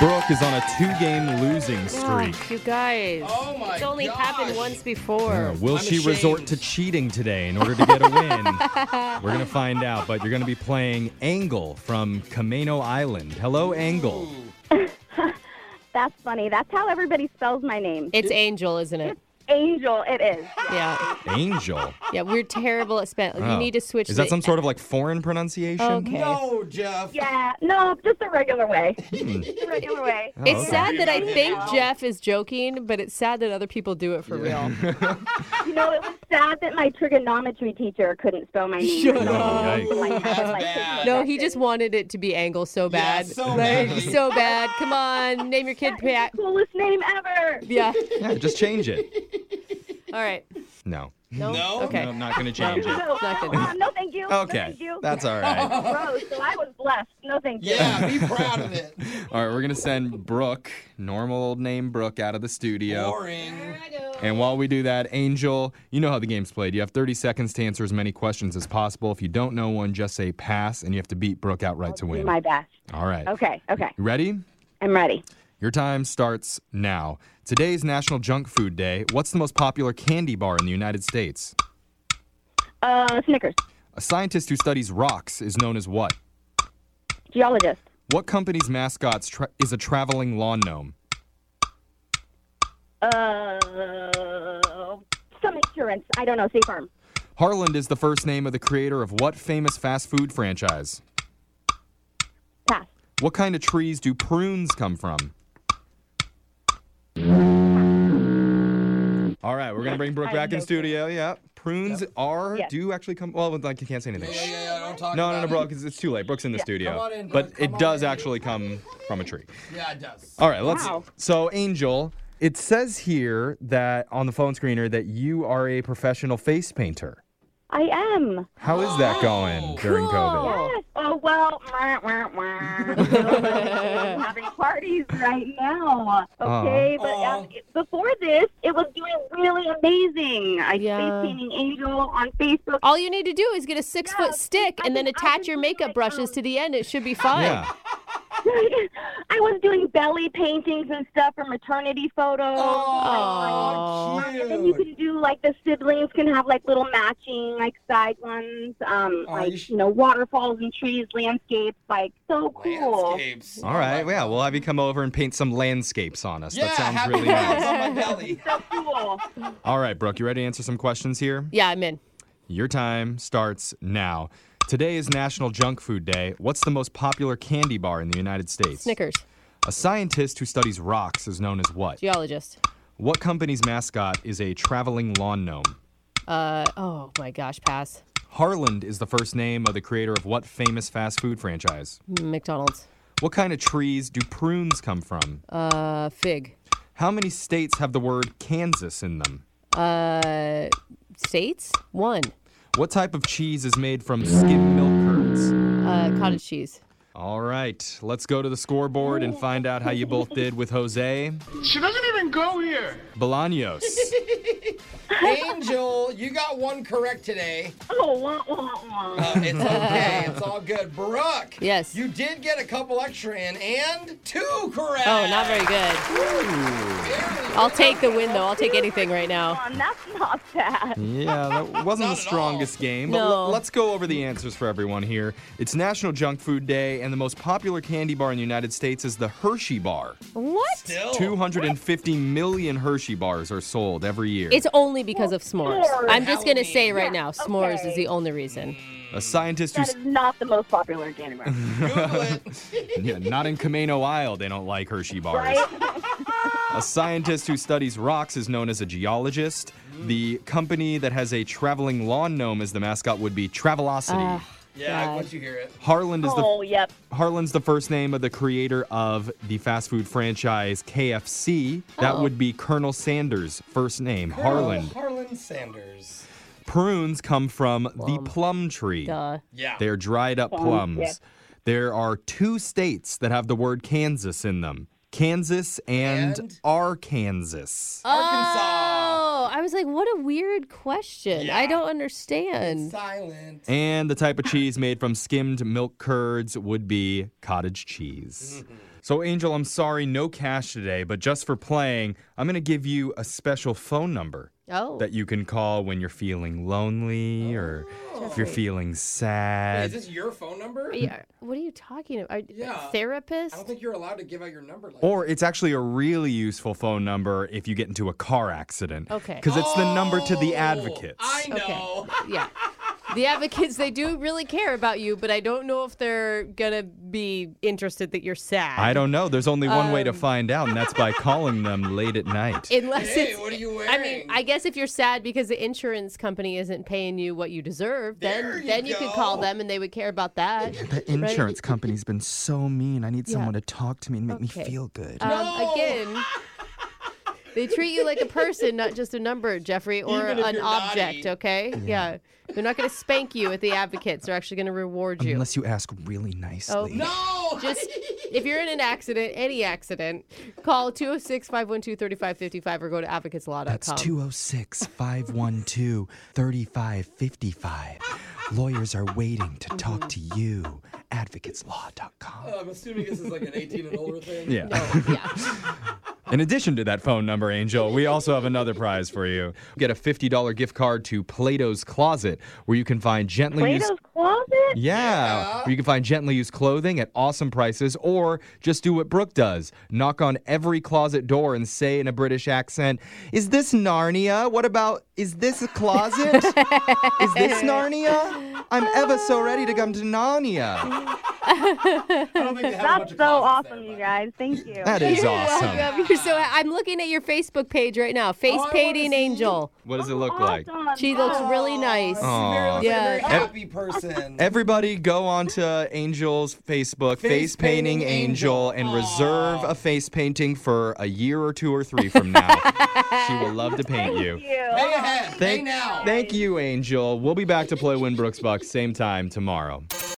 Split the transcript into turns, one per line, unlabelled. Duck is on a two-game losing streak.
Oh, you guys.
Oh my
It's only
gosh.
happened once before.
Uh, Will
I'm
she
ashamed.
resort to cheating today in order to get a win? We're going to find out, but you're going to be playing Angle from Kameno Island. Hello, Angle.
That's funny. That's how everybody spells my name.
It's Angel, isn't it?
Angel, it is.
Yeah.
Angel.
Yeah, we're terrible at spelling.
Oh.
You need to switch
Is that
the-
some sort of like foreign pronunciation?
Okay.
No, Jeff.
Yeah, no, just the regular way. just the regular way.
Hmm. Oh,
It's
okay.
sad that I think Jeff is joking, but it's sad that other people do it for real.
You know, it was sad that my trigonometry teacher couldn't spell my name.
Shut
I know.
up.
Oh my God,
That's
like,
bad.
No, he just wanted it to be Angle so
Yeah,
bad.
so
like,
bad.
so bad. Come on, name your kid Pat.
Coolest name ever.
Yeah.
Yeah, just change it.
All right.
No.
No.
No?
Okay.
No, I'm not going to change it.
No,
Not good.
uh, no, thank you. No,
Okay.
thank you.
That's all right.
Gross, so I was blessed. No, thank you.
Yeah, be proud of it.
All right, we're going to send Brooke, normal old name Brooke, out of the studio.
Boring.
And while we do that, Angel, you know how the game's played. You have 30 seconds to answer as many questions as possible. If you don't know one, just say pass, and you have to beat Brooke outright to
Do
win.
my best.
All right.
Okay, okay.
You ready?
I'm ready.
Your time starts now. Today's National Junk Food Day. What's the most popular candy bar in the United States?
Uh, Snickers.
A scientist who studies rocks is known as what?
Geologist.
What company's mascot tra- is a traveling lawn gnome?
Uh, some insurance. I don't know. State Farm.
Harland is the first name of the creator of what famous fast food franchise?
Pass.
What kind of trees do prunes come from? All right, we're gonna bring Brooke
I have
back in
no
studio. Yeah, prunes are
Yes.
do actually come. Well, like you can't say anything.
Yeah, yeah, yeah. Don't talk
No,
about
no, no,
it.
Brooke, it's, it's too late. Brooke's in the
Come
studio,
on in,
but
Brooke,
it
come
does
on in.
actually come from a tree.
Yeah, it does.
All right, let's.
Wow.
So, Angel, it says here that on the phone screener that you are a professional face painter.
I am.
How is
Oh,
that going during COVID?
Cool.
Yes. Oh well. Wah, wah, wah. I'm having parties right now. Okay, but
Aw.
um, before this, it was doing really amazing. I
Yeah.
face painting angel on Facebook.
All you need to do is get a six
Yeah,
foot stick
I
and then
think I
attach
could
your
do
makeup
my
brushes
own.
to the end. It should be fine.
Yeah.
I was doing belly paintings and stuff for maternity photos.
Oh,
Aw.
And then you
cute.
can do like the siblings can have like little matching like side ones, um,
Oh,
like
you sh-
you know waterfalls and trees, landscapes, like so cool.
Landscapes.
All right, yeah, we'll have you come over and paint some landscapes on us.
Yeah,
that sounds
happy
really
clouds
nice.
on my belly.
So cool.
All right, Brooke, you ready to answer some questions here?
Yeah, I'm in.
Your time starts now. Today is National Junk Food Day. What's the most popular candy bar in the United States?
Snickers.
A scientist who studies rocks is known as what?
Geologist.
What company's mascot is a traveling lawn gnome?
Uh, oh my gosh, pass.
Harland is the first name of the creator of what famous fast food franchise?
McDonald's.
What kind of trees do prunes come from?
Uh, fig.
How many states have the word Kansas in them?
Uh, states? One.
What type of cheese is made from skim milk curds?
Uh, cottage cheese.
All right, let's go to the scoreboard and find out how you both did with Jose
She doesn't even go here.
Bolaños.
Angel, you got one correct today.
Oh, wah, wah, wah.
Uh, it's okay. it's all good. Brooke.
Yes.
You did get a couple extra in and two correct.
Oh, not very good. I'll take the win though. I'll take anything right now.
Um, that's not bad.
Yeah, that wasn't the
Not at all.
strongest game, but
No.
l- let's go over the answers for everyone here. It's National Junk Food Day, and the most popular candy bar in the United States is the Hershey Bar.
What?
Still.
250 million Hershey bars are sold every year.
It's only because of s'mores.
S'mores.
I'm just gonna say
Halloween.
right
Yeah,
now, s'mores is
okay.
the only reason.
a scientist
That
who's
is not the most popular candy bar.
Google it.
yeah, not in Kameno Isle, they don't like Hershey bars.
Right?
A scientist who studies rocks is known as a geologist. The company that has a traveling lawn gnome as the mascot would be Travelocity.
Ah.
Yeah,
God.
once you hear it.
Harland is the
oh, yep.
Harlan's the first name of the creator of the fast food franchise KFC. That
Oh.
would be Colonel Sanders' first name, Harlan.
Harlan Sanders.
Prunes come from the plum tree.
Duh.
Yeah.
They're dried up plums.
Plums, yeah.
There are two states that have the word Kansas in them. Kansas and,
And?
Arkansas.
Arkansas.
Oh, I was like, what a weird question. I
Yeah.
don't understand.
Oh.
Silent.
And the type of cheese made from skimmed milk curds would be cottage cheese. So, Angel, I'm sorry, no cash today, but just for playing, I'm going to give you a special phone number
Oh.
that you can call when you're feeling lonely or if you're feeling
Wait, is
sad.
this your phone number?
yeah. What are you talking about? Are,
Yeah.
Therapist?
I don't think you're allowed to give out your number like
Or it's actually a really useful phone number if you get into a car accident.
Okay.
Because it's the number to the
Oh,
advocates.
I know.
yeah. The advocates, they do really care about you, but I don't know if they're going to be interested that you're sad.
I don't know. There's only one
Um.
way to find out, and that's by calling them late at night.
Unless
Hey,
it's.
what are you
I mean,
wearing?
I guess if you're sad because the insurance company isn't paying you what you deserve, then
There you
then you could call
go.
them and they would care about that.
The insurance company's been so mean. I need
Yeah.
someone to talk to me and make
Okay.
me feel good.
Um,
No.
again, they treat you like a person, not just a number, Jeffrey, or
Even if
an
you're
object,
naughty.
okay? Yeah. They're not going to spank you at the advocates. They're actually going to reward you.
Unless you ask really
Oh,
nicely.
No.
Just if you're in an accident, any accident, call 206 512 3555 or go to advocateslaw.com.
That's 206 512 3555. Lawyers are waiting to talk to you. Advocateslaw.com.
I'm assuming this is like an 18 and older thing.
Yeah.
yeah.
In addition to that phone number, Angel, we also have another prize for you. Get a $50 gift card to Plato's Closet, where you can find gently used.
Plato's closet?
Yeah. Where you can find gently used clothing at awesome prices, or just do what Brooke does knock on every closet door and say in a British accent, Is this Narnia? What about, is this a closet? is this Narnia? I'm ever so ready to come to Narnia.
I don't think they have a bunch of
That's so
closets
awesome,
there,
you
but-
guys. Thank you.
That is awesome.
You're so, I'm looking at your Facebook page right now. Face
Oh, wanna
painting
see.
angel.
What does it look like?
Awesome. Oh,
She looks really nice.
Aw.
Very, like,
Yeah.
a very
Ev-
happy person.
Everybody go onto Angel's Facebook, Face Painting Angel, and reserve a face painting for a year or two or three from now. she will love to paint you.
Thank you.
Pay ahead. Pay now.
Thank you, Angel. We'll be back to play Winbrook's Bucks same time tomorrow.